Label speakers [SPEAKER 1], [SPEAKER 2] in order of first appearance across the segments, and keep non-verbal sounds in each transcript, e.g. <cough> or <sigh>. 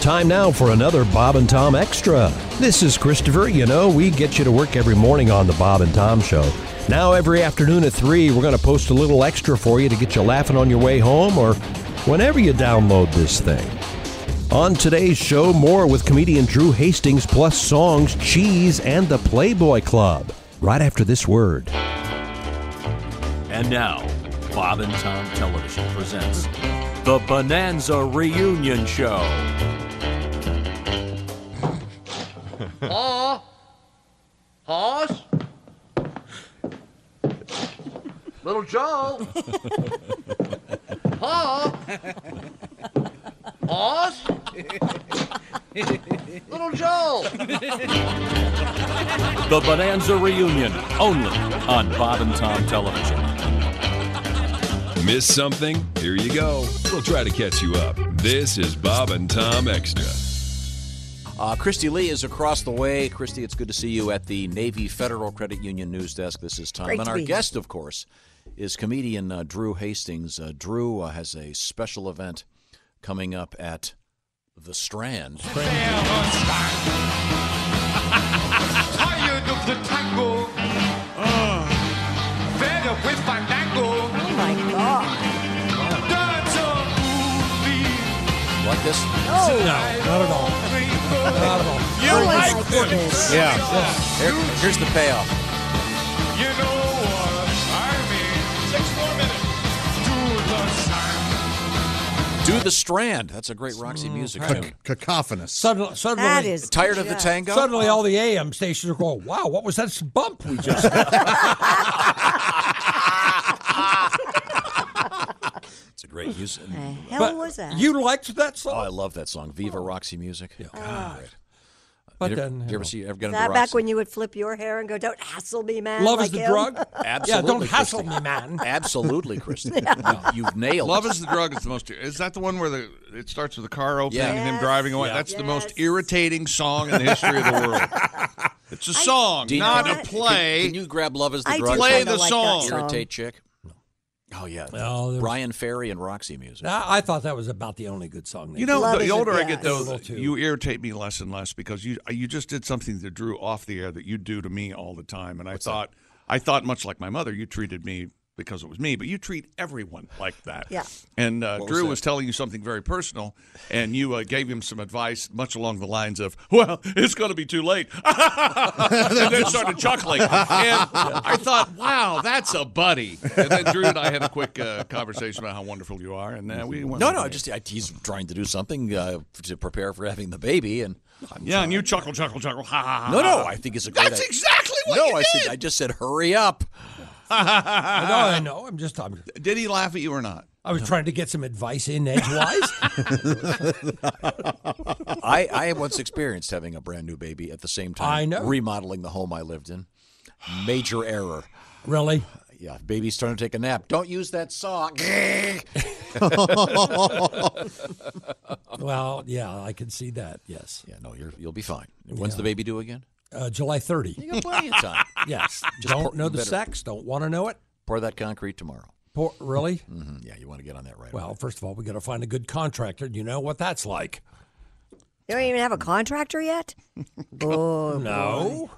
[SPEAKER 1] time now for another Bob and Tom Extra. This is Christopher. You know, we get you to work every morning on the Bob and Tom Show. Now, every afternoon at 3, we're going to post a little extra for you to get you laughing on your way home or whenever you download this thing. On today's show, more with comedian Drew Hastings, plus songs, cheese, and the Playboy Club. Right after this word.
[SPEAKER 2] And now, Bob and Tom Television presents the Bonanza Reunion Show.
[SPEAKER 3] Haw. Hoss. Little
[SPEAKER 4] <laughs>
[SPEAKER 3] Joe. Haw.
[SPEAKER 4] <laughs>
[SPEAKER 3] Hoss. Little Joe.
[SPEAKER 2] The Bonanza Reunion, only on Bob and Tom Television.
[SPEAKER 5] Miss something? Here you go. We'll try to catch you up. This is Bob and Tom Extra.
[SPEAKER 6] Uh, Christy Lee is across the way. Christy, it's good to see you at the Navy Federal Credit Union News Desk. This is Tom.
[SPEAKER 7] Great
[SPEAKER 6] and
[SPEAKER 7] to
[SPEAKER 6] our
[SPEAKER 7] be here.
[SPEAKER 6] guest, of course, is comedian uh, Drew Hastings. Uh, Drew uh, has a special event coming up at the Strand. <laughs>
[SPEAKER 8] tired of the tango. Fed up with fandango.
[SPEAKER 7] Oh my god.
[SPEAKER 8] That's a movie.
[SPEAKER 6] Like this?
[SPEAKER 7] You like this?
[SPEAKER 6] Here- here's the payoff.
[SPEAKER 8] You know what I mean. Six more minutes. To the sun.
[SPEAKER 6] Do the Strand. That's a great Roxy music tune.
[SPEAKER 4] cacophonous.
[SPEAKER 9] Suddenly, suddenly,
[SPEAKER 7] That is
[SPEAKER 6] Tired of the tango?
[SPEAKER 9] suddenly, all the AM stations are going. Wow, what was that bump we just?
[SPEAKER 6] It's a great music.
[SPEAKER 7] Hell
[SPEAKER 9] But
[SPEAKER 7] was that?
[SPEAKER 9] You liked that
[SPEAKER 6] Oh, I
[SPEAKER 9] song?
[SPEAKER 6] love that song. Viva Roxy Music. Yeah.
[SPEAKER 9] but
[SPEAKER 6] you,
[SPEAKER 9] then,
[SPEAKER 6] ever,
[SPEAKER 9] you
[SPEAKER 6] you ever
[SPEAKER 9] know.
[SPEAKER 6] see, ever get
[SPEAKER 7] Oh. Is
[SPEAKER 6] into
[SPEAKER 7] that
[SPEAKER 6] Roxy?
[SPEAKER 7] back when you would flip your hair and go, "Don't hassle me, man."
[SPEAKER 9] love
[SPEAKER 7] Oh, like
[SPEAKER 9] is the
[SPEAKER 7] him? <laughs>
[SPEAKER 9] drug. yeah,
[SPEAKER 6] Absolutely.
[SPEAKER 9] don't hassle
[SPEAKER 6] Christy. <laughs>
[SPEAKER 9] me, man.
[SPEAKER 6] Absolutely, Christy.
[SPEAKER 7] <laughs>
[SPEAKER 6] you, have nailed
[SPEAKER 4] Love
[SPEAKER 6] it.
[SPEAKER 4] is the drug. It's the most. Is that the one where the it starts with the car opening
[SPEAKER 6] Yeah.
[SPEAKER 4] and him driving away?
[SPEAKER 9] Yeah.
[SPEAKER 4] That's the
[SPEAKER 7] Yes.
[SPEAKER 4] most irritating song in the history of
[SPEAKER 6] <laughs>
[SPEAKER 4] the world. It's a song,
[SPEAKER 6] Do you
[SPEAKER 4] not
[SPEAKER 6] know-
[SPEAKER 4] a
[SPEAKER 6] can-
[SPEAKER 4] play.
[SPEAKER 6] Can, you grab Love is the
[SPEAKER 7] I do
[SPEAKER 6] Drug?
[SPEAKER 4] Play
[SPEAKER 7] kinda
[SPEAKER 4] the
[SPEAKER 7] like
[SPEAKER 4] song.
[SPEAKER 7] That song.
[SPEAKER 6] Irritate Chick? Oh, yeah.
[SPEAKER 9] Well, there-
[SPEAKER 6] Brian Ferry and Roxy Music.
[SPEAKER 9] Nah, I thought that was about the only good song. They
[SPEAKER 4] You know,
[SPEAKER 7] Love
[SPEAKER 4] the
[SPEAKER 7] is a-
[SPEAKER 4] older I
[SPEAKER 7] yeah,
[SPEAKER 4] get, though,
[SPEAKER 9] it's a
[SPEAKER 4] the-
[SPEAKER 9] little too-
[SPEAKER 4] you irritate me less and less because you you just did something that drew off the air that you do to me all the time, and I thought I thought much like my mother, you treated me because it was me, but you treat everyone like that.
[SPEAKER 7] Yeah.
[SPEAKER 4] And uh,
[SPEAKER 6] was
[SPEAKER 4] Drew
[SPEAKER 6] that?
[SPEAKER 4] was, telling you something very personal, and you uh, gave him some advice much along the lines of, "Well, it's going to be too late," <laughs> and then started chuckling. And I thought, "Wow, that's a buddy." And then Drew and I had a quick uh, conversation about how wonderful you are, and uh, we went
[SPEAKER 6] No,
[SPEAKER 4] from
[SPEAKER 6] no, I
[SPEAKER 4] there.
[SPEAKER 6] just I, he's trying to do something uh, to prepare for having the baby, and
[SPEAKER 4] Yeah, and you chuckle, chuckle, chuckle. Ha ha ha.
[SPEAKER 6] no, no, I think it's a great.
[SPEAKER 4] Ah, That's
[SPEAKER 6] idea.
[SPEAKER 4] exactly what
[SPEAKER 6] no,
[SPEAKER 4] you
[SPEAKER 6] I
[SPEAKER 4] did.
[SPEAKER 6] said I just said hurry up.
[SPEAKER 9] I
[SPEAKER 4] <laughs>
[SPEAKER 9] know,
[SPEAKER 6] uh,
[SPEAKER 9] I know. I'm just, I'm,
[SPEAKER 4] Did he laugh at you or not?
[SPEAKER 9] I was trying to get some advice in edgewise.
[SPEAKER 6] <laughs> I I once experienced having a brand new baby at the same time.
[SPEAKER 9] I know.
[SPEAKER 6] remodeling the home I lived in, major error.
[SPEAKER 9] really?
[SPEAKER 6] Yeah, baby's trying to take a nap. Don't use that saw. <laughs>
[SPEAKER 9] Well, yeah, I can see that. Yes,
[SPEAKER 6] Yeah, no, you're, you'll be fine. When's the baby due again?
[SPEAKER 9] uh, July 30.
[SPEAKER 6] You got plenty <laughs> of time.
[SPEAKER 9] Yes.
[SPEAKER 6] pour-
[SPEAKER 9] don't know the
[SPEAKER 6] better-
[SPEAKER 9] sex. Don't want to know it.
[SPEAKER 6] Pour that concrete tomorrow.
[SPEAKER 9] Poor, really?
[SPEAKER 6] Mm, Yeah, you want to get on that right away.
[SPEAKER 9] Well, first of all, we got to find a good contractor. You know what that's like.
[SPEAKER 7] You don't even have a contractor yet. oh,
[SPEAKER 9] No.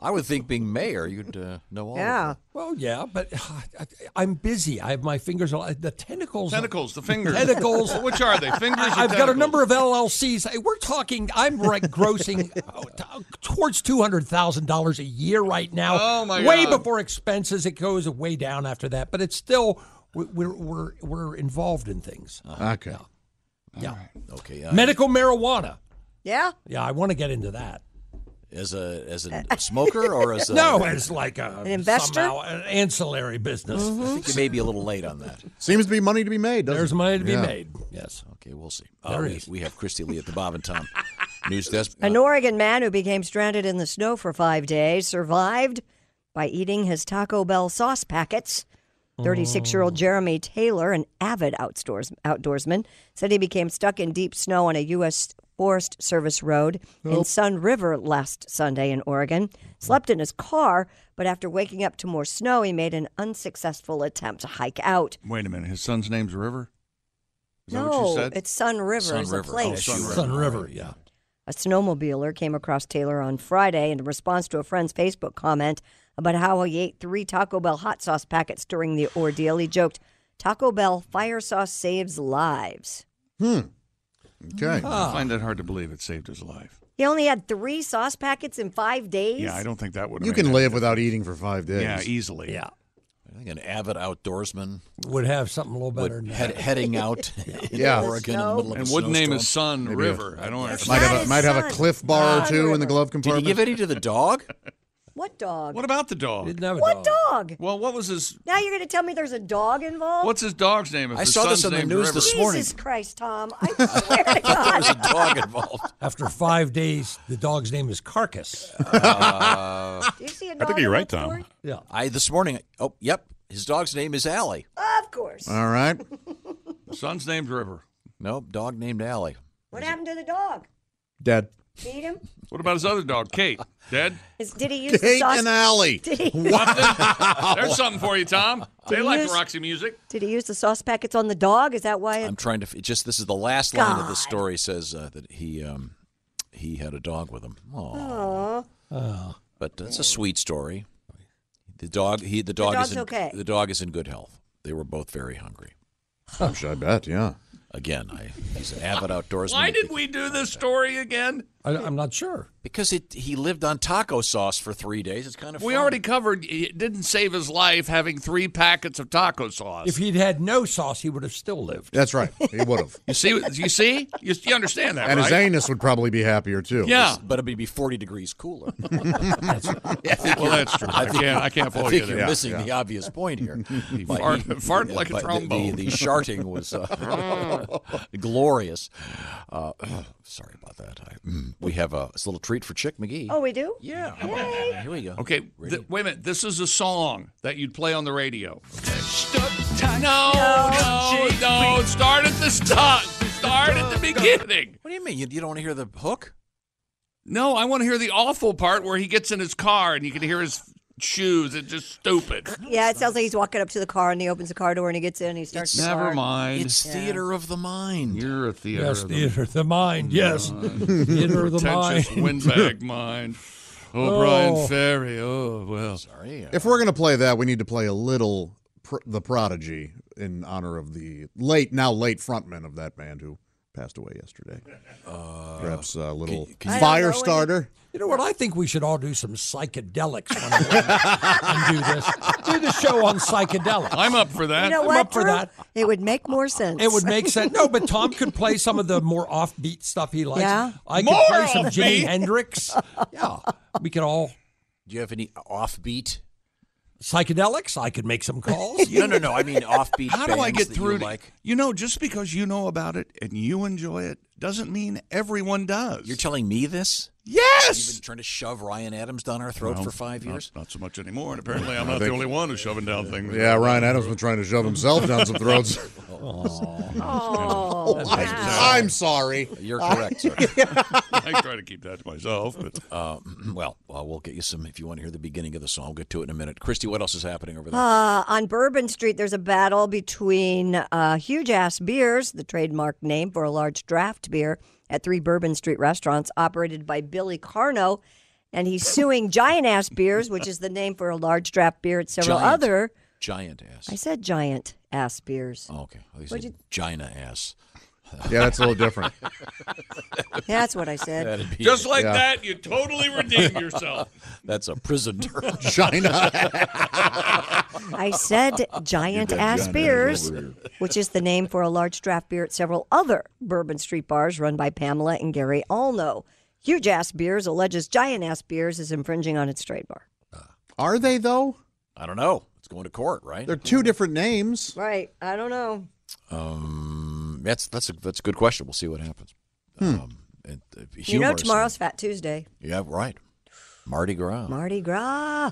[SPEAKER 6] I would think being mayor, you'd uh, know
[SPEAKER 9] Oh.
[SPEAKER 6] all.
[SPEAKER 7] yeah.
[SPEAKER 6] Of
[SPEAKER 9] Well, yeah, but <laughs> I, I'm busy. I have my fingers. all- The tentacles.
[SPEAKER 4] Tentacles, the fingers.
[SPEAKER 9] <laughs> Tentacles.
[SPEAKER 4] <laughs> Which are they? Fingers or
[SPEAKER 9] I've got a
[SPEAKER 4] tentacles?
[SPEAKER 9] number of LLCs. Hey, We're talking. I'm right
[SPEAKER 4] <laughs>
[SPEAKER 9] grossing oh, t- towards two hundred thousand dollars a year right now.
[SPEAKER 4] Oh, my
[SPEAKER 9] Way
[SPEAKER 4] God.
[SPEAKER 9] before expenses, it goes way down after that. But it's still we- we're we're we're involved in things. Uh-huh.
[SPEAKER 4] Okay.
[SPEAKER 9] yeah,
[SPEAKER 6] it. Okay. Uh,
[SPEAKER 9] medical marijuana.
[SPEAKER 7] Yeah.
[SPEAKER 9] Yeah, I want to get into that.
[SPEAKER 6] as a as a smoker or as a
[SPEAKER 9] No, it's like a
[SPEAKER 7] An investor? Mm-hmm.
[SPEAKER 9] somehow an ancillary business.
[SPEAKER 6] I think you may be a little late on that.
[SPEAKER 10] Seems to be money to be made. Doesn't
[SPEAKER 9] There's
[SPEAKER 10] it?
[SPEAKER 9] money to be
[SPEAKER 10] Yeah.
[SPEAKER 9] made. Yes.
[SPEAKER 6] Okay, we'll see. Uh,
[SPEAKER 9] There
[SPEAKER 6] we,
[SPEAKER 9] is.
[SPEAKER 6] we have Christy Lee at the Bob and Tom News Desk.
[SPEAKER 7] An
[SPEAKER 6] Uh,
[SPEAKER 7] Oregon man who became stranded in the snow for five days survived by eating his Taco Bell sauce packets. 36
[SPEAKER 4] Oh.
[SPEAKER 7] year old Jeremy Taylor, an avid outdoors, outdoorsman, said he became stuck in deep snow on a U.S. Forest Service road in Sun River last Sunday in Oregon. Slept in his car, but after waking up to more snow, he made an unsuccessful attempt to hike out.
[SPEAKER 4] Wait a minute. His son's name's River? Is Is that what you said?
[SPEAKER 7] it's Sun River
[SPEAKER 6] Sun
[SPEAKER 7] is
[SPEAKER 6] River.
[SPEAKER 7] a
[SPEAKER 6] Oh,
[SPEAKER 7] place.
[SPEAKER 6] Sun River.
[SPEAKER 9] Sun River, yeah.
[SPEAKER 7] A snowmobiler came across Taylor on Friday in response to a friend's Facebook comment about how he ate three Taco Bell hot sauce packets during the ordeal. He joked, Taco Bell fire sauce saves lives.
[SPEAKER 10] Okay.
[SPEAKER 4] I find it hard to believe it saved his life.
[SPEAKER 7] He only had three sauce packets in five days.
[SPEAKER 4] Yeah, I don't think that would.
[SPEAKER 10] You can live without eating for five days.
[SPEAKER 4] Yeah, easily.
[SPEAKER 9] Yeah.
[SPEAKER 6] I think Uh, an avid outdoorsman
[SPEAKER 9] Would have something a little better
[SPEAKER 6] would
[SPEAKER 9] than
[SPEAKER 6] head,
[SPEAKER 9] that.
[SPEAKER 6] heading out in
[SPEAKER 10] Yeah.
[SPEAKER 6] Oregon in the middle of
[SPEAKER 4] And
[SPEAKER 6] a
[SPEAKER 4] wouldn't name his
[SPEAKER 6] snowstorm.
[SPEAKER 4] son River. I don't
[SPEAKER 10] Might
[SPEAKER 4] understand.
[SPEAKER 7] That
[SPEAKER 10] have a,
[SPEAKER 7] is
[SPEAKER 10] might have a
[SPEAKER 7] son.
[SPEAKER 10] cliff bar or
[SPEAKER 7] Ah,
[SPEAKER 10] two in the
[SPEAKER 7] river.
[SPEAKER 10] glove
[SPEAKER 6] Did he
[SPEAKER 10] compartment.
[SPEAKER 6] give any to the dog?
[SPEAKER 7] What dog?
[SPEAKER 4] What about the dog?
[SPEAKER 9] Didn't have a
[SPEAKER 7] What
[SPEAKER 9] dog.
[SPEAKER 7] dog?
[SPEAKER 4] Well, what was his?
[SPEAKER 7] Now you're going to tell me there's a dog involved?
[SPEAKER 4] What's his dog's name? If
[SPEAKER 6] I
[SPEAKER 4] his
[SPEAKER 6] saw this
[SPEAKER 4] son's
[SPEAKER 6] on the
[SPEAKER 4] named
[SPEAKER 6] news
[SPEAKER 4] River.
[SPEAKER 6] this morning.
[SPEAKER 7] Jesus Christ, Tom. I swear to God.
[SPEAKER 6] There's
[SPEAKER 10] <laughs>
[SPEAKER 6] a dog involved.
[SPEAKER 9] After five days, the dog's name
[SPEAKER 7] <laughs>
[SPEAKER 9] is Carcass.
[SPEAKER 7] Do you see a dog
[SPEAKER 11] I think you're
[SPEAKER 7] in
[SPEAKER 11] right,
[SPEAKER 7] that
[SPEAKER 11] Tom.
[SPEAKER 7] story?
[SPEAKER 6] I this morning. Oh, yep. His dog's name is Allie.
[SPEAKER 7] Of course.
[SPEAKER 10] All right.
[SPEAKER 4] <laughs> Son's named River.
[SPEAKER 6] Nope, dog named Allie.
[SPEAKER 7] what happened to the dog?
[SPEAKER 10] Dead.
[SPEAKER 7] Beat him?
[SPEAKER 4] What about his other dog, Kate? Dead?
[SPEAKER 7] Is, did he use the
[SPEAKER 10] Kate
[SPEAKER 7] sauce?
[SPEAKER 10] and Allie.
[SPEAKER 7] <laughs> Did he,
[SPEAKER 4] There's something for you, Tom. They
[SPEAKER 7] Did
[SPEAKER 4] like
[SPEAKER 7] you-
[SPEAKER 4] Roxy music.
[SPEAKER 7] did he use the sauce packets on the dog? Is that why? It,
[SPEAKER 6] I'm trying to. f- Just this is the last line of the story says uh, that he um, he had a dog with him. Aww. But that's a sweet story. The dog. He the dog
[SPEAKER 7] dog's
[SPEAKER 6] is in,
[SPEAKER 7] okay.
[SPEAKER 6] The dog is in good health. They were both very hungry.
[SPEAKER 10] I'm sure I bet, yeah.
[SPEAKER 6] Again, I, he's an avid outdoorsman.
[SPEAKER 4] Why did we do this story again?
[SPEAKER 9] I, I'm not sure.
[SPEAKER 6] Because it, he lived on taco sauce for three days. It's kind of
[SPEAKER 4] We
[SPEAKER 6] fun.
[SPEAKER 4] already covered it didn't save his life having three packets of taco sauce.
[SPEAKER 9] If he'd had no sauce, he would have still lived.
[SPEAKER 10] That's right. He would have.
[SPEAKER 4] you see you see? You, you understand that,
[SPEAKER 10] and
[SPEAKER 4] right?
[SPEAKER 10] his anus would probably be happier, too.
[SPEAKER 4] yeah.
[SPEAKER 6] But it'd be 40 degrees cooler.
[SPEAKER 4] Well, that's true. I can't I can't
[SPEAKER 6] I
[SPEAKER 4] follow you
[SPEAKER 6] think you're
[SPEAKER 4] there.
[SPEAKER 6] missing the obvious point
[SPEAKER 4] <laughs>
[SPEAKER 6] here. He
[SPEAKER 4] fart- farted like a trombone. Mm.
[SPEAKER 6] The, the sharting was
[SPEAKER 4] <laughs>
[SPEAKER 6] uh, <laughs> glorious. Uh, <clears throat> sorry about that. I, mm, we have a, this little treat for Chick McGee.
[SPEAKER 7] oh, we do?
[SPEAKER 6] yeah. How about that? Here we go.
[SPEAKER 4] Okay, th-
[SPEAKER 6] Radio.
[SPEAKER 4] wait a minute. This is a song that you'd play on the radio.
[SPEAKER 8] Stuck
[SPEAKER 4] No, no, no. Start at the start. Start at the beginning.
[SPEAKER 6] What do you mean? You, you don't want to hear the hook?
[SPEAKER 4] No, I want to hear the awful part where he gets in his car and you can hear his shoes. It's just stupid.
[SPEAKER 7] Yeah, it sounds like he's walking up to the car and he opens the car door and he gets in and he starts. the car.
[SPEAKER 4] mind.
[SPEAKER 6] It's theater of the mind.
[SPEAKER 4] You're a theater.
[SPEAKER 9] yes,
[SPEAKER 4] of the
[SPEAKER 9] theater of the mind. Yes. theater of <laughs> the mind.
[SPEAKER 4] pretentious windbag mind. Oh, Brian Ferry. Oh, well.
[SPEAKER 6] Sorry.
[SPEAKER 10] If we're going to play that, we need to play a little pr- The Prodigy in honor of the late, now late frontman of that band who passed away yesterday.
[SPEAKER 4] Uh,
[SPEAKER 10] Perhaps a little
[SPEAKER 7] I don't know
[SPEAKER 10] fire
[SPEAKER 7] any-
[SPEAKER 10] starter.
[SPEAKER 9] You know what? I think we should all do some psychedelics one
[SPEAKER 4] <laughs>
[SPEAKER 9] day and do this. Do the show on psychedelics.
[SPEAKER 4] I'm up for
[SPEAKER 7] You
[SPEAKER 4] that.
[SPEAKER 7] know
[SPEAKER 9] I'm
[SPEAKER 7] what?
[SPEAKER 9] up for
[SPEAKER 7] Drew?
[SPEAKER 9] that.
[SPEAKER 7] It would make more sense.
[SPEAKER 9] It would make sense. No, but Tom could play some of the more offbeat stuff he likes.
[SPEAKER 7] Yeah.
[SPEAKER 9] I could
[SPEAKER 4] More
[SPEAKER 9] play some Jimi
[SPEAKER 4] offbeat?
[SPEAKER 9] Hendrix. Yeah. We could all
[SPEAKER 6] Do you have any offbeat?
[SPEAKER 9] psychedelics. I could make some calls.
[SPEAKER 6] No, no, no. I mean offbeat.
[SPEAKER 4] <laughs> How do I
[SPEAKER 6] bands
[SPEAKER 4] get
[SPEAKER 6] that you
[SPEAKER 4] through? to-
[SPEAKER 6] like?
[SPEAKER 4] you know, just because you know about it and you enjoy it doesn't mean everyone does.
[SPEAKER 6] You're telling me this? You've
[SPEAKER 4] yes.
[SPEAKER 6] been trying to shove Ryan Adams down our throat for five years.
[SPEAKER 4] Not so much anymore, and apparently I'm not the only one who's shoving down things.
[SPEAKER 10] Yeah, Ryan Adams been trying to shove himself down some throats.
[SPEAKER 7] Oh, wow.
[SPEAKER 10] I'm sorry.
[SPEAKER 6] You're correct, sir.
[SPEAKER 4] <laughs> I try to keep that to myself. But
[SPEAKER 6] well, uh, we'll get you some if you want to hear the beginning of the song. We'll get to it in a minute. Christy, what else is happening over there?
[SPEAKER 7] Uh, on Bourbon Street, there's a battle between uh, Huge Ass Beers, the trademark name for a large draft beer, at three Bourbon Street restaurants operated by Billy Carno. And he's suing Giant Ass Beers, which is the name for a large draft beer at several
[SPEAKER 6] Giant.
[SPEAKER 7] other.
[SPEAKER 6] giant
[SPEAKER 7] I
[SPEAKER 6] ass.
[SPEAKER 7] said Giant Ass Beers.
[SPEAKER 6] Oh, okay. I said Gina ass.
[SPEAKER 10] Yeah, that's a little different.
[SPEAKER 7] That's what I said.
[SPEAKER 6] That'd be <laughs>
[SPEAKER 4] just <laughs> like
[SPEAKER 10] Yeah.
[SPEAKER 4] that, you totally redeem yourself.
[SPEAKER 6] that's a prison
[SPEAKER 7] <laughs>
[SPEAKER 6] term.
[SPEAKER 4] <laughs>
[SPEAKER 10] China.
[SPEAKER 7] I said Giant Ass Beers, which is the name for a large draft beer at several other Bourbon Street bars run by Pamela and Gary Allno. Huge Ass Beers alleges Giant Ass Beers is infringing on its trademark.
[SPEAKER 10] Are they, though?
[SPEAKER 6] I don't know. It's going to court, right?
[SPEAKER 10] They're two different names.
[SPEAKER 7] Right. I don't know.
[SPEAKER 6] Um, that's that's a that's a good question. We'll see what happens. Um, it, uh,
[SPEAKER 7] you know,
[SPEAKER 6] humorous.
[SPEAKER 7] tomorrow's Fat Tuesday.
[SPEAKER 6] Yeah, right. Mardi Gras.
[SPEAKER 7] Mardi Gras.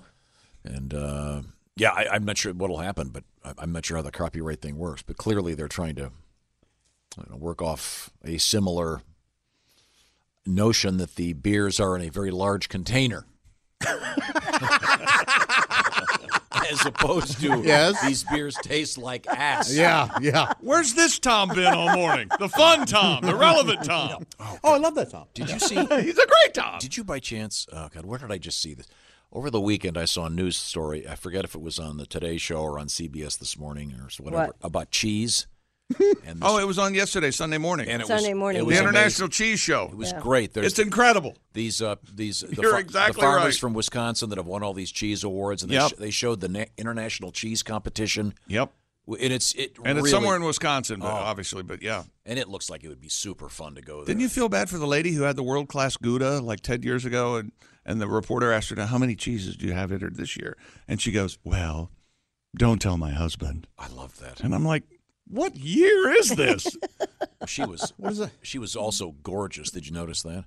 [SPEAKER 6] And uh, yeah, I, I'm not sure what'll happen, but I, I'm not sure how the copyright thing works. But clearly, they're trying to I don't know, work off a similar notion that the beers are in a very large container. <laughs> as opposed to
[SPEAKER 10] Yes.
[SPEAKER 6] these beers taste like ass.
[SPEAKER 10] Yeah, yeah.
[SPEAKER 4] Where's this Tom been all morning? The fun Tom, the relevant Tom.
[SPEAKER 10] Oh, I love that Tom.
[SPEAKER 6] Did you see?
[SPEAKER 4] He's a great Tom.
[SPEAKER 6] Did you by chance? Oh God, where did I just see this? Over the weekend, I saw a news story. I forget if it was on the Today Show or on CBS this morning or so whatever
[SPEAKER 7] What?
[SPEAKER 6] about
[SPEAKER 7] <laughs>
[SPEAKER 6] cheese. And this,
[SPEAKER 4] Oh, it was on yesterday, Sunday morning.
[SPEAKER 6] and it
[SPEAKER 7] Sunday
[SPEAKER 6] was,
[SPEAKER 7] morning.
[SPEAKER 6] It
[SPEAKER 4] the
[SPEAKER 6] was
[SPEAKER 4] International Cheese Show.
[SPEAKER 6] amazing. It was great. There's
[SPEAKER 4] it's incredible.
[SPEAKER 6] these uh, these the,
[SPEAKER 4] You're
[SPEAKER 6] fa-
[SPEAKER 4] exactly
[SPEAKER 6] the farmers
[SPEAKER 4] right.
[SPEAKER 6] from Wisconsin that have won all these cheese awards, and they,
[SPEAKER 4] Yep.
[SPEAKER 6] sh- they showed the na- international cheese competition.
[SPEAKER 4] Yep.
[SPEAKER 6] W- And it's it
[SPEAKER 4] And
[SPEAKER 6] really-
[SPEAKER 4] it's somewhere in Wisconsin, but obviously, but yeah.
[SPEAKER 6] and it looks like it would be super fun to go there.
[SPEAKER 4] Didn't you feel bad for the lady who had the world class Gouda like 10 years ago? And, and the reporter asked her, Now, how many cheeses do you have entered this year? And she goes, Well, don't tell my husband.
[SPEAKER 6] I love that.
[SPEAKER 4] And I'm like, What year is this?
[SPEAKER 6] She
[SPEAKER 4] <laughs>
[SPEAKER 6] was
[SPEAKER 10] What is that?
[SPEAKER 6] she was also gorgeous. Did you notice that?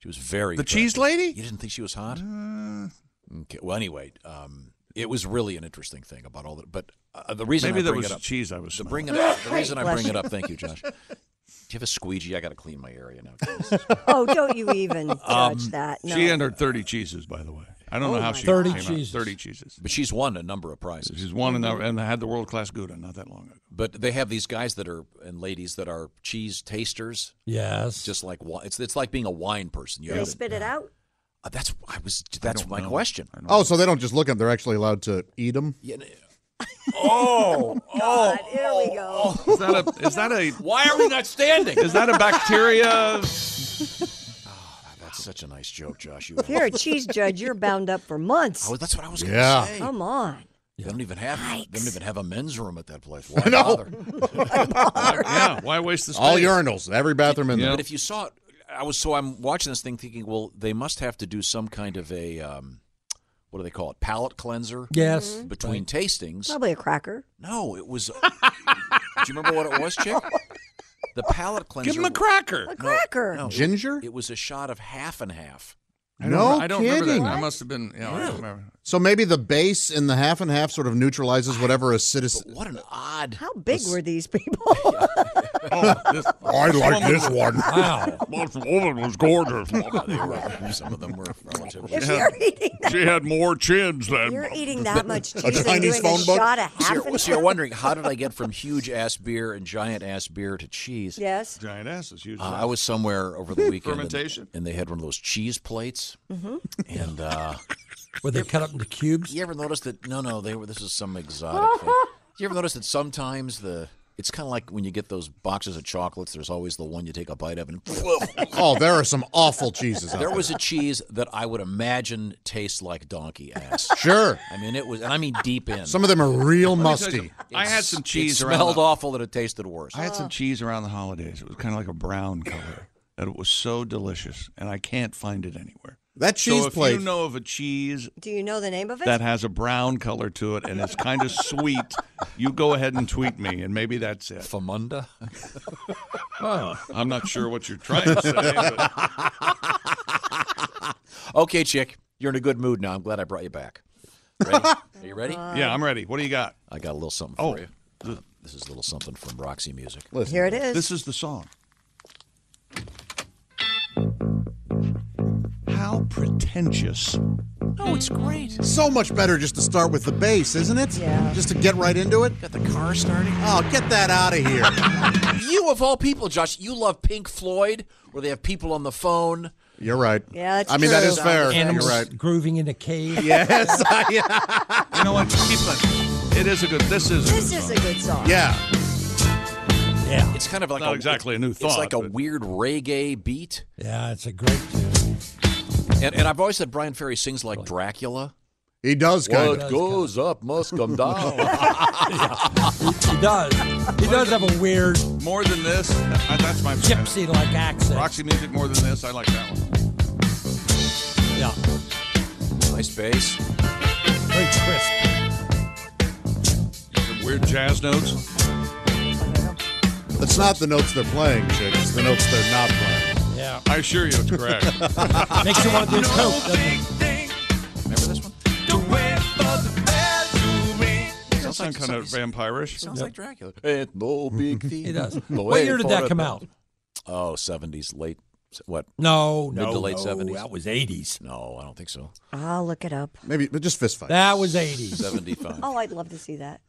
[SPEAKER 6] She was very
[SPEAKER 4] the cheese
[SPEAKER 6] attractive.
[SPEAKER 4] lady?
[SPEAKER 6] You didn't think she was hot?
[SPEAKER 4] Uh,
[SPEAKER 6] Okay. Well, anyway, um, it was really an interesting thing about all that. But uh, the reason
[SPEAKER 4] Maybe
[SPEAKER 6] I
[SPEAKER 4] that
[SPEAKER 6] bring
[SPEAKER 4] was
[SPEAKER 6] it
[SPEAKER 4] the
[SPEAKER 6] up,
[SPEAKER 4] cheese I was
[SPEAKER 6] the
[SPEAKER 4] smelling.
[SPEAKER 6] bring it up, the reason I
[SPEAKER 7] Bless
[SPEAKER 6] bring it
[SPEAKER 7] you.
[SPEAKER 6] up. Thank you, Josh. Do you have a squeegee? I got to clean my area now.
[SPEAKER 7] Oh, don't you even touch that. No.
[SPEAKER 4] She entered 30 cheeses, by the way. I don't know how she
[SPEAKER 9] 30
[SPEAKER 4] came out.
[SPEAKER 9] cheeses.
[SPEAKER 4] 30 cheeses.
[SPEAKER 6] But she's won a number of prizes.
[SPEAKER 4] She's one and, and I had the world class Gouda not that long ago.
[SPEAKER 6] But they have these guys that are and ladies that are cheese tasters,
[SPEAKER 9] Yes.
[SPEAKER 6] just like wi- it's it's like being a wine person. You
[SPEAKER 7] They
[SPEAKER 6] have-
[SPEAKER 7] spit it out.
[SPEAKER 6] Uh, that's I was that's my question.
[SPEAKER 10] Oh, so they don't just look at them; they're actually allowed to eat <laughs> them.
[SPEAKER 6] Yeah, uh, n-
[SPEAKER 7] God, here we go.
[SPEAKER 4] Is that a is that a
[SPEAKER 6] Why are we not standing?
[SPEAKER 4] is that a bacteria?
[SPEAKER 6] that's such a nice joke, Josh. You
[SPEAKER 7] If you're a cheese judge, you're bound up for months.
[SPEAKER 6] Oh, that's what I was going to
[SPEAKER 10] Yeah.
[SPEAKER 6] say.
[SPEAKER 7] Come on.
[SPEAKER 6] They don't even have they don't
[SPEAKER 7] Yikes.
[SPEAKER 6] even have a men's room at that
[SPEAKER 10] <laughs>
[SPEAKER 6] place. Why bother?
[SPEAKER 4] yeah, why waste the space?
[SPEAKER 10] All urinals, every bathroom in
[SPEAKER 6] But
[SPEAKER 10] there.
[SPEAKER 6] if you saw it, I was so I'm watching this thing thinking, well, they must have to do some kind of a um, what do they call it? Palate cleanser. Mm-hmm.
[SPEAKER 9] Yes.
[SPEAKER 6] Between tastings.
[SPEAKER 7] Probably a cracker.
[SPEAKER 6] No, it was. <laughs> do you remember what it was, chick? The palate cleanser.
[SPEAKER 4] Give him a cracker.
[SPEAKER 7] A cracker.
[SPEAKER 6] No,
[SPEAKER 10] Ginger?
[SPEAKER 6] It was a shot of half and half.
[SPEAKER 4] I don't,
[SPEAKER 10] No
[SPEAKER 4] I don't remember that.
[SPEAKER 10] kidding.
[SPEAKER 4] I must have been. Yeah, I don't remember.
[SPEAKER 10] So maybe the base in the half and half sort of neutralizes whatever a citizen.
[SPEAKER 6] What an odd.
[SPEAKER 7] How big were these people?
[SPEAKER 10] I like this one.
[SPEAKER 9] Wow.
[SPEAKER 4] This woman was gorgeous.
[SPEAKER 6] <laughs> They were- some of them were relative.
[SPEAKER 7] <laughs> if you're eating that,
[SPEAKER 4] She had more chins
[SPEAKER 7] you're
[SPEAKER 4] than.
[SPEAKER 7] eating that much cheese and
[SPEAKER 10] Chinese
[SPEAKER 7] doing a
[SPEAKER 10] phone book?
[SPEAKER 7] shot of half
[SPEAKER 6] So you're,
[SPEAKER 7] and
[SPEAKER 6] so you're wondering how did I get from huge ass beer and giant ass beer to cheese?
[SPEAKER 7] Yes.
[SPEAKER 4] Giant asses, huge.
[SPEAKER 6] Uh, I was somewhere over the weekend, and-
[SPEAKER 4] Fermentation?
[SPEAKER 6] and, they had one of those cheese plates. And uh,
[SPEAKER 9] Were they cut up into cubes?
[SPEAKER 6] you ever notice that? No, no, they were. This is some exotic thing. You ever notice that sometimes the it's kind of like when you get those boxes of chocolates. There's always the one you take a bite of, and
[SPEAKER 10] Oh, there are some awful cheeses out there.
[SPEAKER 6] there was a cheese that I would imagine tastes like donkey ass.
[SPEAKER 10] Sure.
[SPEAKER 6] I mean, it was, and I mean deep in.
[SPEAKER 10] Some of them are real musty.
[SPEAKER 4] I had some cheese
[SPEAKER 6] It
[SPEAKER 4] around.
[SPEAKER 6] smelled
[SPEAKER 4] the,
[SPEAKER 6] awful, and it tasted worse.
[SPEAKER 4] I had some cheese around the holidays. It was kind of like a brown color, and it was so delicious, and I can't find it anywhere.
[SPEAKER 10] That cheese
[SPEAKER 4] so if
[SPEAKER 10] plate.
[SPEAKER 4] you know of a cheese
[SPEAKER 7] Do you know the name of it?
[SPEAKER 4] that has a brown color to it and it's kind <laughs> of sweet, you go ahead and tweet me, and maybe that's it.
[SPEAKER 6] Famunda.
[SPEAKER 4] I'm not sure what you're trying to say. But
[SPEAKER 6] Okay, chick, you're in a good mood now. I'm glad I brought you back.
[SPEAKER 4] <laughs>
[SPEAKER 6] Ready? Are you ready?
[SPEAKER 4] yeah, I'm ready. What do you got?
[SPEAKER 6] I got a little something
[SPEAKER 4] Uh-huh. Oh,
[SPEAKER 6] for you. Uh, this is a little something from Roxy Music.
[SPEAKER 7] Here it is.
[SPEAKER 4] This is the song. How pretentious.
[SPEAKER 6] Oh, it's great.
[SPEAKER 10] So much better just to start with the base, isn't it?
[SPEAKER 7] Yeah.
[SPEAKER 10] Just to get right into it.
[SPEAKER 6] Got the car starting.
[SPEAKER 10] Oh, get that out of here.
[SPEAKER 6] You of all people, Josh, you love Pink Floyd, where they have people on the phone.
[SPEAKER 10] You're right.
[SPEAKER 7] Yeah, that's
[SPEAKER 10] I mean, that
[SPEAKER 7] true.
[SPEAKER 10] is fair.
[SPEAKER 9] Animals
[SPEAKER 10] You're right.
[SPEAKER 9] grooving in a cave.
[SPEAKER 10] Yes. yeah.
[SPEAKER 4] You know what? Keep it. It is a good. This is.
[SPEAKER 7] This is a good song.
[SPEAKER 10] yeah.
[SPEAKER 9] Yeah.
[SPEAKER 6] It's kind of like
[SPEAKER 4] Not
[SPEAKER 6] a,
[SPEAKER 4] exactly a new
[SPEAKER 6] It's
[SPEAKER 4] thought,
[SPEAKER 6] like a
[SPEAKER 4] but-
[SPEAKER 6] weird reggae beat,
[SPEAKER 9] Yeah, it's a great tune.
[SPEAKER 6] and, and I've always said Brian Ferry sings like Dracula.
[SPEAKER 10] He does kind of.
[SPEAKER 6] What goes up must come down.
[SPEAKER 9] He does. He does have a weird
[SPEAKER 4] more than this. I- That's my
[SPEAKER 9] gypsy like accent.
[SPEAKER 4] Roxy music more than this. I like that one.
[SPEAKER 9] Yeah.
[SPEAKER 6] nice bass.
[SPEAKER 9] Very crisp.
[SPEAKER 4] The weird jazz notes.
[SPEAKER 10] It's not the notes they're playing, chick. It's the notes they're not playing.
[SPEAKER 9] Yeah.
[SPEAKER 4] I assure you, it's <laughs> correct.
[SPEAKER 9] Makes you
[SPEAKER 6] <laughs>
[SPEAKER 9] want to do coke, doesn't it?
[SPEAKER 6] Remember this one?
[SPEAKER 4] Sounds like kind of vampirish.
[SPEAKER 6] Sounds like
[SPEAKER 4] <laughs>
[SPEAKER 6] Dracula. Ain't no big thief.
[SPEAKER 9] He does.
[SPEAKER 6] No
[SPEAKER 9] What
[SPEAKER 6] way
[SPEAKER 9] year did
[SPEAKER 6] for
[SPEAKER 9] that
[SPEAKER 6] it.
[SPEAKER 9] come out?
[SPEAKER 6] Oh, 70s, late What?
[SPEAKER 9] No,
[SPEAKER 6] Mid
[SPEAKER 9] no,
[SPEAKER 6] to late
[SPEAKER 9] no,
[SPEAKER 6] 70s.
[SPEAKER 9] that was 80s.
[SPEAKER 6] No, I don't think
[SPEAKER 4] <laughs>
[SPEAKER 6] so.
[SPEAKER 7] I'll look it up.
[SPEAKER 10] Maybe, but just fist fight.
[SPEAKER 9] That was 80s.
[SPEAKER 6] 75.
[SPEAKER 7] Oh, I'd love to see that.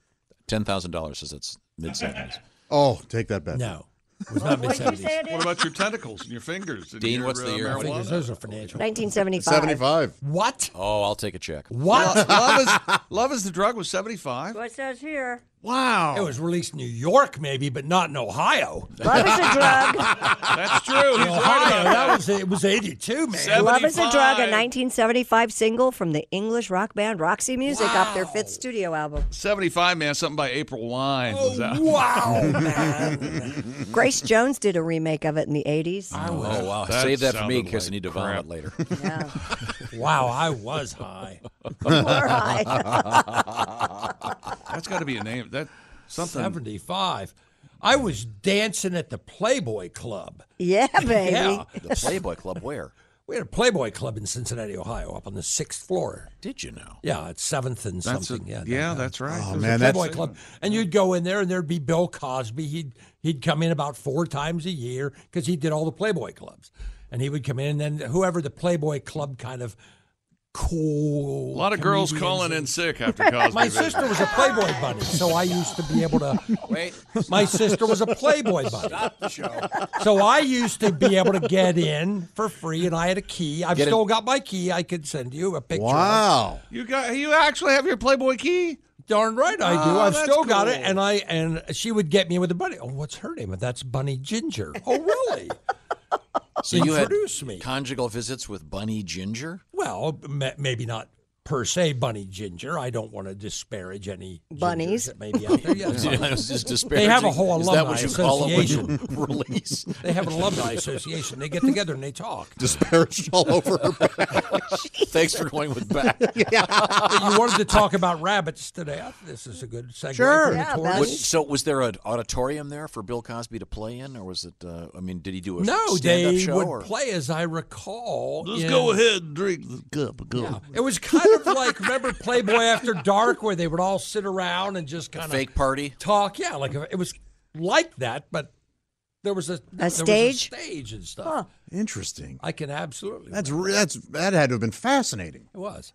[SPEAKER 6] $10,000 says it's mid 70s.
[SPEAKER 10] Oh, take that bet.
[SPEAKER 9] No, it was not mid
[SPEAKER 7] What did you
[SPEAKER 9] 70s.
[SPEAKER 7] say it
[SPEAKER 4] What
[SPEAKER 7] is?
[SPEAKER 4] about your tentacles and your fingers? And
[SPEAKER 6] Dean,
[SPEAKER 4] your,
[SPEAKER 6] what's the
[SPEAKER 4] uh,
[SPEAKER 6] year?
[SPEAKER 4] marijuana?
[SPEAKER 9] Figures those are financial.
[SPEAKER 7] 1975.
[SPEAKER 10] 75.
[SPEAKER 9] What?
[SPEAKER 6] Oh, I'll take a check. <laughs>
[SPEAKER 9] What?
[SPEAKER 4] <laughs> love, is, love is the drug was 75.
[SPEAKER 7] What says here?
[SPEAKER 9] It was released in New York, maybe, but not in Ohio.
[SPEAKER 7] Love is a drug.
[SPEAKER 4] That's true. He's
[SPEAKER 9] Ohio,
[SPEAKER 4] right about Oh, that.
[SPEAKER 9] that was it. Was 82, man.
[SPEAKER 4] Seven-
[SPEAKER 7] Love is a drug, a
[SPEAKER 4] 75.
[SPEAKER 7] 1975 single from the English rock band Roxy Music off their fifth studio album.
[SPEAKER 4] 75, man. Something by April Wine was out.
[SPEAKER 9] Wow,
[SPEAKER 4] <laughs>
[SPEAKER 9] man.
[SPEAKER 7] Grace Jones did a remake of it in the 80s.
[SPEAKER 6] Oh, wow.
[SPEAKER 4] That
[SPEAKER 6] Save that for me in
[SPEAKER 4] sounded
[SPEAKER 6] case I
[SPEAKER 4] like
[SPEAKER 6] need to vomit later.
[SPEAKER 7] Yeah.
[SPEAKER 9] Wow, I was high.
[SPEAKER 7] Poor eye.
[SPEAKER 4] That's got to be a name. That something.
[SPEAKER 9] 75. I was dancing at the Playboy Club.
[SPEAKER 7] <laughs> yeah, baby.
[SPEAKER 9] Yeah.
[SPEAKER 6] the Playboy Club, where?
[SPEAKER 9] We had a Playboy Club in Cincinnati, Ohio, up on the sixth floor.
[SPEAKER 6] Did you know?
[SPEAKER 9] Yeah, it's seventh and
[SPEAKER 4] that's a-
[SPEAKER 9] something.
[SPEAKER 4] yeah,
[SPEAKER 9] yeah, that-
[SPEAKER 4] that's right.
[SPEAKER 10] Oh,
[SPEAKER 4] There's a-
[SPEAKER 10] man, that's.
[SPEAKER 9] Playboy Club, and you'd go in there, and there'd be Bill Cosby. He'd he'd come in about four times a year because he did all the Playboy clubs, and he would come in, and then whoever the Playboy club kind of cool.
[SPEAKER 4] A lot of girls
[SPEAKER 9] comedians
[SPEAKER 4] calling
[SPEAKER 9] and-
[SPEAKER 4] in sick
[SPEAKER 9] <laughs>
[SPEAKER 4] after Cosby.
[SPEAKER 9] My
[SPEAKER 4] visit.
[SPEAKER 9] sister was a Playboy bunny, so I used to be
[SPEAKER 4] <laughs>
[SPEAKER 9] able to.
[SPEAKER 6] Wait.
[SPEAKER 9] My sister was a Playboy bunny. So I used to be able to get in for free, and I had a key. I've
[SPEAKER 6] Get in-
[SPEAKER 9] still got my key. I could send you a picture. of it.
[SPEAKER 10] Wow.
[SPEAKER 4] You got you actually have your Playboy key?
[SPEAKER 9] Darn right I do.
[SPEAKER 4] Oh,
[SPEAKER 9] I've
[SPEAKER 4] that's
[SPEAKER 9] still got it,
[SPEAKER 4] cool.
[SPEAKER 9] and I and she would get me with a bunny. Oh, what's her name? That's Bunny Ginger. Oh, really?
[SPEAKER 6] So you had
[SPEAKER 9] Introduce me.
[SPEAKER 6] conjugal visits with Bunny Ginger?
[SPEAKER 9] well, ma- maybe not per se Bunny Ginger. I I don't want to disparage any gingers
[SPEAKER 7] Bunnies.
[SPEAKER 9] that may be out there. Yes.
[SPEAKER 6] <laughs> I was just
[SPEAKER 9] They have a
[SPEAKER 6] disparaging.
[SPEAKER 9] whole
[SPEAKER 6] Is that what you call it when you
[SPEAKER 9] alumni
[SPEAKER 6] <laughs> release?
[SPEAKER 9] They have an alumni association. They get together and they talk.
[SPEAKER 10] Disparaged all over <laughs> her back.
[SPEAKER 6] Thanks for going with back.
[SPEAKER 9] you wanted to talk about rabbits today. I- This is a good segue.
[SPEAKER 10] Sure.
[SPEAKER 9] for the
[SPEAKER 7] Yeah,
[SPEAKER 9] tour.
[SPEAKER 7] that's-
[SPEAKER 6] Was- so was there an auditorium there for Bill Cosby to play in, or was it? Uh, I mean, did he do a
[SPEAKER 9] No,
[SPEAKER 6] stand-up
[SPEAKER 9] they
[SPEAKER 6] show?
[SPEAKER 9] would
[SPEAKER 6] or?
[SPEAKER 9] play, as I recall.
[SPEAKER 4] Let's
[SPEAKER 9] in-
[SPEAKER 4] go ahead and drink the cup. Go.
[SPEAKER 9] It was kind of like remember Playboy After Dark, where they would all sit around and just kind of
[SPEAKER 6] fake party.
[SPEAKER 9] talk. Yeah, like it was like that, but there was a there was
[SPEAKER 7] stage?
[SPEAKER 9] stage and stuff.
[SPEAKER 10] Interesting.
[SPEAKER 9] I can absolutely.
[SPEAKER 10] That's re- that's that had to have been fascinating.
[SPEAKER 9] it was.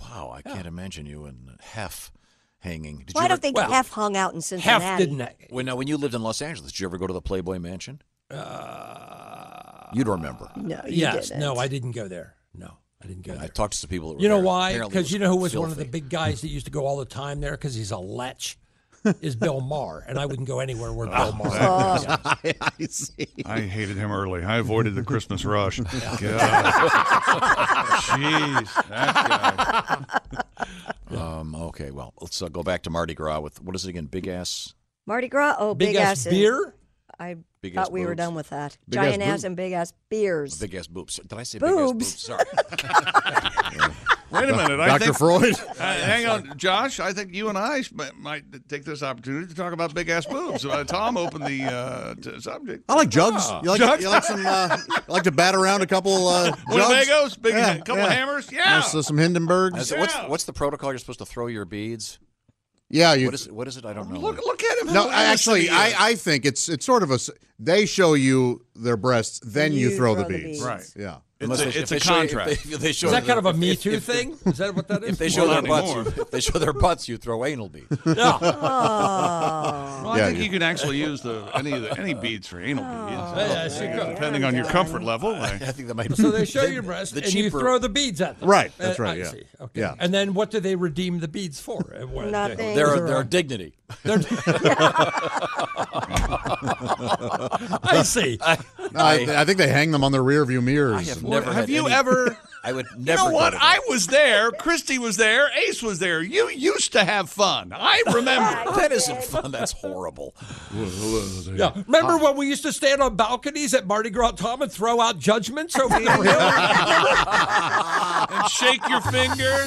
[SPEAKER 6] Wow, I can't imagine you and Hef hanging. Did you
[SPEAKER 7] Well, I
[SPEAKER 6] ever,
[SPEAKER 7] don't think
[SPEAKER 9] well,
[SPEAKER 7] Hef hung out in Cincinnati.
[SPEAKER 9] Hef didn't.
[SPEAKER 6] When, now, when you lived in Los Angeles, did you ever go to the Playboy Mansion? Uh, You'd remember.
[SPEAKER 7] No, you
[SPEAKER 9] Yes.
[SPEAKER 7] didn't.
[SPEAKER 9] No, I didn't go there. No, I didn't go
[SPEAKER 6] I
[SPEAKER 9] there.
[SPEAKER 6] talked to some people. That were
[SPEAKER 9] You know
[SPEAKER 6] there.
[SPEAKER 9] why?
[SPEAKER 6] Apparently it
[SPEAKER 9] Because you know who was one of the
[SPEAKER 6] filthy.
[SPEAKER 9] big guys that used to go all the time there because he's
[SPEAKER 7] <laughs>
[SPEAKER 9] a lech. Is Bill Maher, and I wouldn't go anywhere where
[SPEAKER 6] Ah.
[SPEAKER 9] Bill
[SPEAKER 7] Oh,
[SPEAKER 9] Maher. is.
[SPEAKER 10] I see.
[SPEAKER 4] I hated him early. I avoided the Christmas
[SPEAKER 10] <laughs>
[SPEAKER 4] rush. God. Jeez, that
[SPEAKER 6] Um, okay, well, let's uh, go back to Mardi Gras with what is it again? Big ass.
[SPEAKER 7] Mardi Gras. Oh, big,
[SPEAKER 9] Big ass
[SPEAKER 7] and-
[SPEAKER 9] beer.
[SPEAKER 7] I
[SPEAKER 6] Big
[SPEAKER 7] thought
[SPEAKER 6] ass
[SPEAKER 7] we were
[SPEAKER 6] boobs.
[SPEAKER 7] done with that.
[SPEAKER 10] Big ass
[SPEAKER 7] Giant ass,
[SPEAKER 10] boob.
[SPEAKER 7] and big ass beers.
[SPEAKER 6] Big ass boobs. Did I say
[SPEAKER 7] Boobs.
[SPEAKER 6] big
[SPEAKER 9] <laughs>
[SPEAKER 6] ass boobs? Sorry.
[SPEAKER 4] guy. Wait a minute. I
[SPEAKER 10] Dr.
[SPEAKER 4] think, <laughs>
[SPEAKER 10] Freud.
[SPEAKER 4] Uh, hang on, Josh. I think you and I might, might take this opportunity to talk about big ass boobs. Uh, Tom opened the uh, t- subject.
[SPEAKER 10] I like jugs. You like,
[SPEAKER 4] Ah, Jugs?
[SPEAKER 10] You like some? Uh, you like to bat around a
[SPEAKER 4] <laughs>
[SPEAKER 10] couple uh, jugs.
[SPEAKER 4] Winnebago's, big,
[SPEAKER 10] Yeah,
[SPEAKER 4] a couple
[SPEAKER 10] yeah.
[SPEAKER 4] hammers.
[SPEAKER 10] Yeah,
[SPEAKER 4] Yeah.
[SPEAKER 10] so some Hindenburgs.
[SPEAKER 6] I said, what's, what's the protocol? You're supposed to throw your beads.
[SPEAKER 10] yeah, you.
[SPEAKER 6] What is it? What is it? I don't know.
[SPEAKER 4] Look, look at him. How
[SPEAKER 10] no, I- actually,
[SPEAKER 4] innocent he is.
[SPEAKER 10] I, I think it's it's sort of a. s- They show you their breasts, then you, throw, the beads.
[SPEAKER 4] Right.
[SPEAKER 10] Yeah.
[SPEAKER 6] Unless
[SPEAKER 4] It's
[SPEAKER 6] they-
[SPEAKER 4] a-
[SPEAKER 6] if
[SPEAKER 4] it's a
[SPEAKER 6] they show you- if
[SPEAKER 10] <laughs>
[SPEAKER 4] contract.
[SPEAKER 6] they- if they show
[SPEAKER 9] Is that
[SPEAKER 6] you
[SPEAKER 9] kind of a
[SPEAKER 6] if-
[SPEAKER 9] Me
[SPEAKER 6] if-
[SPEAKER 9] Too
[SPEAKER 6] if-
[SPEAKER 9] thing? Is that what that is?
[SPEAKER 6] If they show
[SPEAKER 4] Well,
[SPEAKER 6] their
[SPEAKER 4] not
[SPEAKER 6] butts,
[SPEAKER 4] anymore.
[SPEAKER 6] you, if they show their butts, you throw anal
[SPEAKER 9] <laughs>
[SPEAKER 6] beads.
[SPEAKER 9] Yeah.
[SPEAKER 4] Well, I
[SPEAKER 10] Yeah,
[SPEAKER 4] think
[SPEAKER 10] you-
[SPEAKER 4] you can actually use the any of the, any beads for anal beads,
[SPEAKER 9] Yeah,
[SPEAKER 7] Oh.
[SPEAKER 9] yes, you could.
[SPEAKER 4] depending on your comfort level.
[SPEAKER 6] I
[SPEAKER 4] I-
[SPEAKER 6] think that might.
[SPEAKER 9] So they show your breast, and you throw the beads at them.
[SPEAKER 10] Right, that's
[SPEAKER 9] Uh,
[SPEAKER 10] right,
[SPEAKER 9] I
[SPEAKER 10] yeah.
[SPEAKER 9] see. Okay.
[SPEAKER 10] Yeah.
[SPEAKER 9] And then what do they redeem the beads for? Uh, what-
[SPEAKER 7] Nothing.
[SPEAKER 6] Their,
[SPEAKER 9] They're-
[SPEAKER 6] their dignity.
[SPEAKER 9] <laughs> I see.
[SPEAKER 10] No, <laughs> I, I think they hang them on their rear view mirrors.
[SPEAKER 6] have
[SPEAKER 10] and-
[SPEAKER 6] never
[SPEAKER 4] have
[SPEAKER 6] had
[SPEAKER 4] you
[SPEAKER 6] any-
[SPEAKER 4] ever?
[SPEAKER 6] <laughs> I would
[SPEAKER 4] You
[SPEAKER 6] never.
[SPEAKER 4] know
[SPEAKER 6] go
[SPEAKER 4] what?
[SPEAKER 6] to that.
[SPEAKER 4] I was there. Christy was there. Ace was there. You used to have fun.
[SPEAKER 6] <laughs>
[SPEAKER 4] I remember.
[SPEAKER 6] That isn't fun. That's horrible.
[SPEAKER 9] Yeah. Remember when we used to stand on balconies at Mardi Gras Tom and throw out judgments over
[SPEAKER 10] <laughs>
[SPEAKER 9] the hill?
[SPEAKER 4] and shake your finger.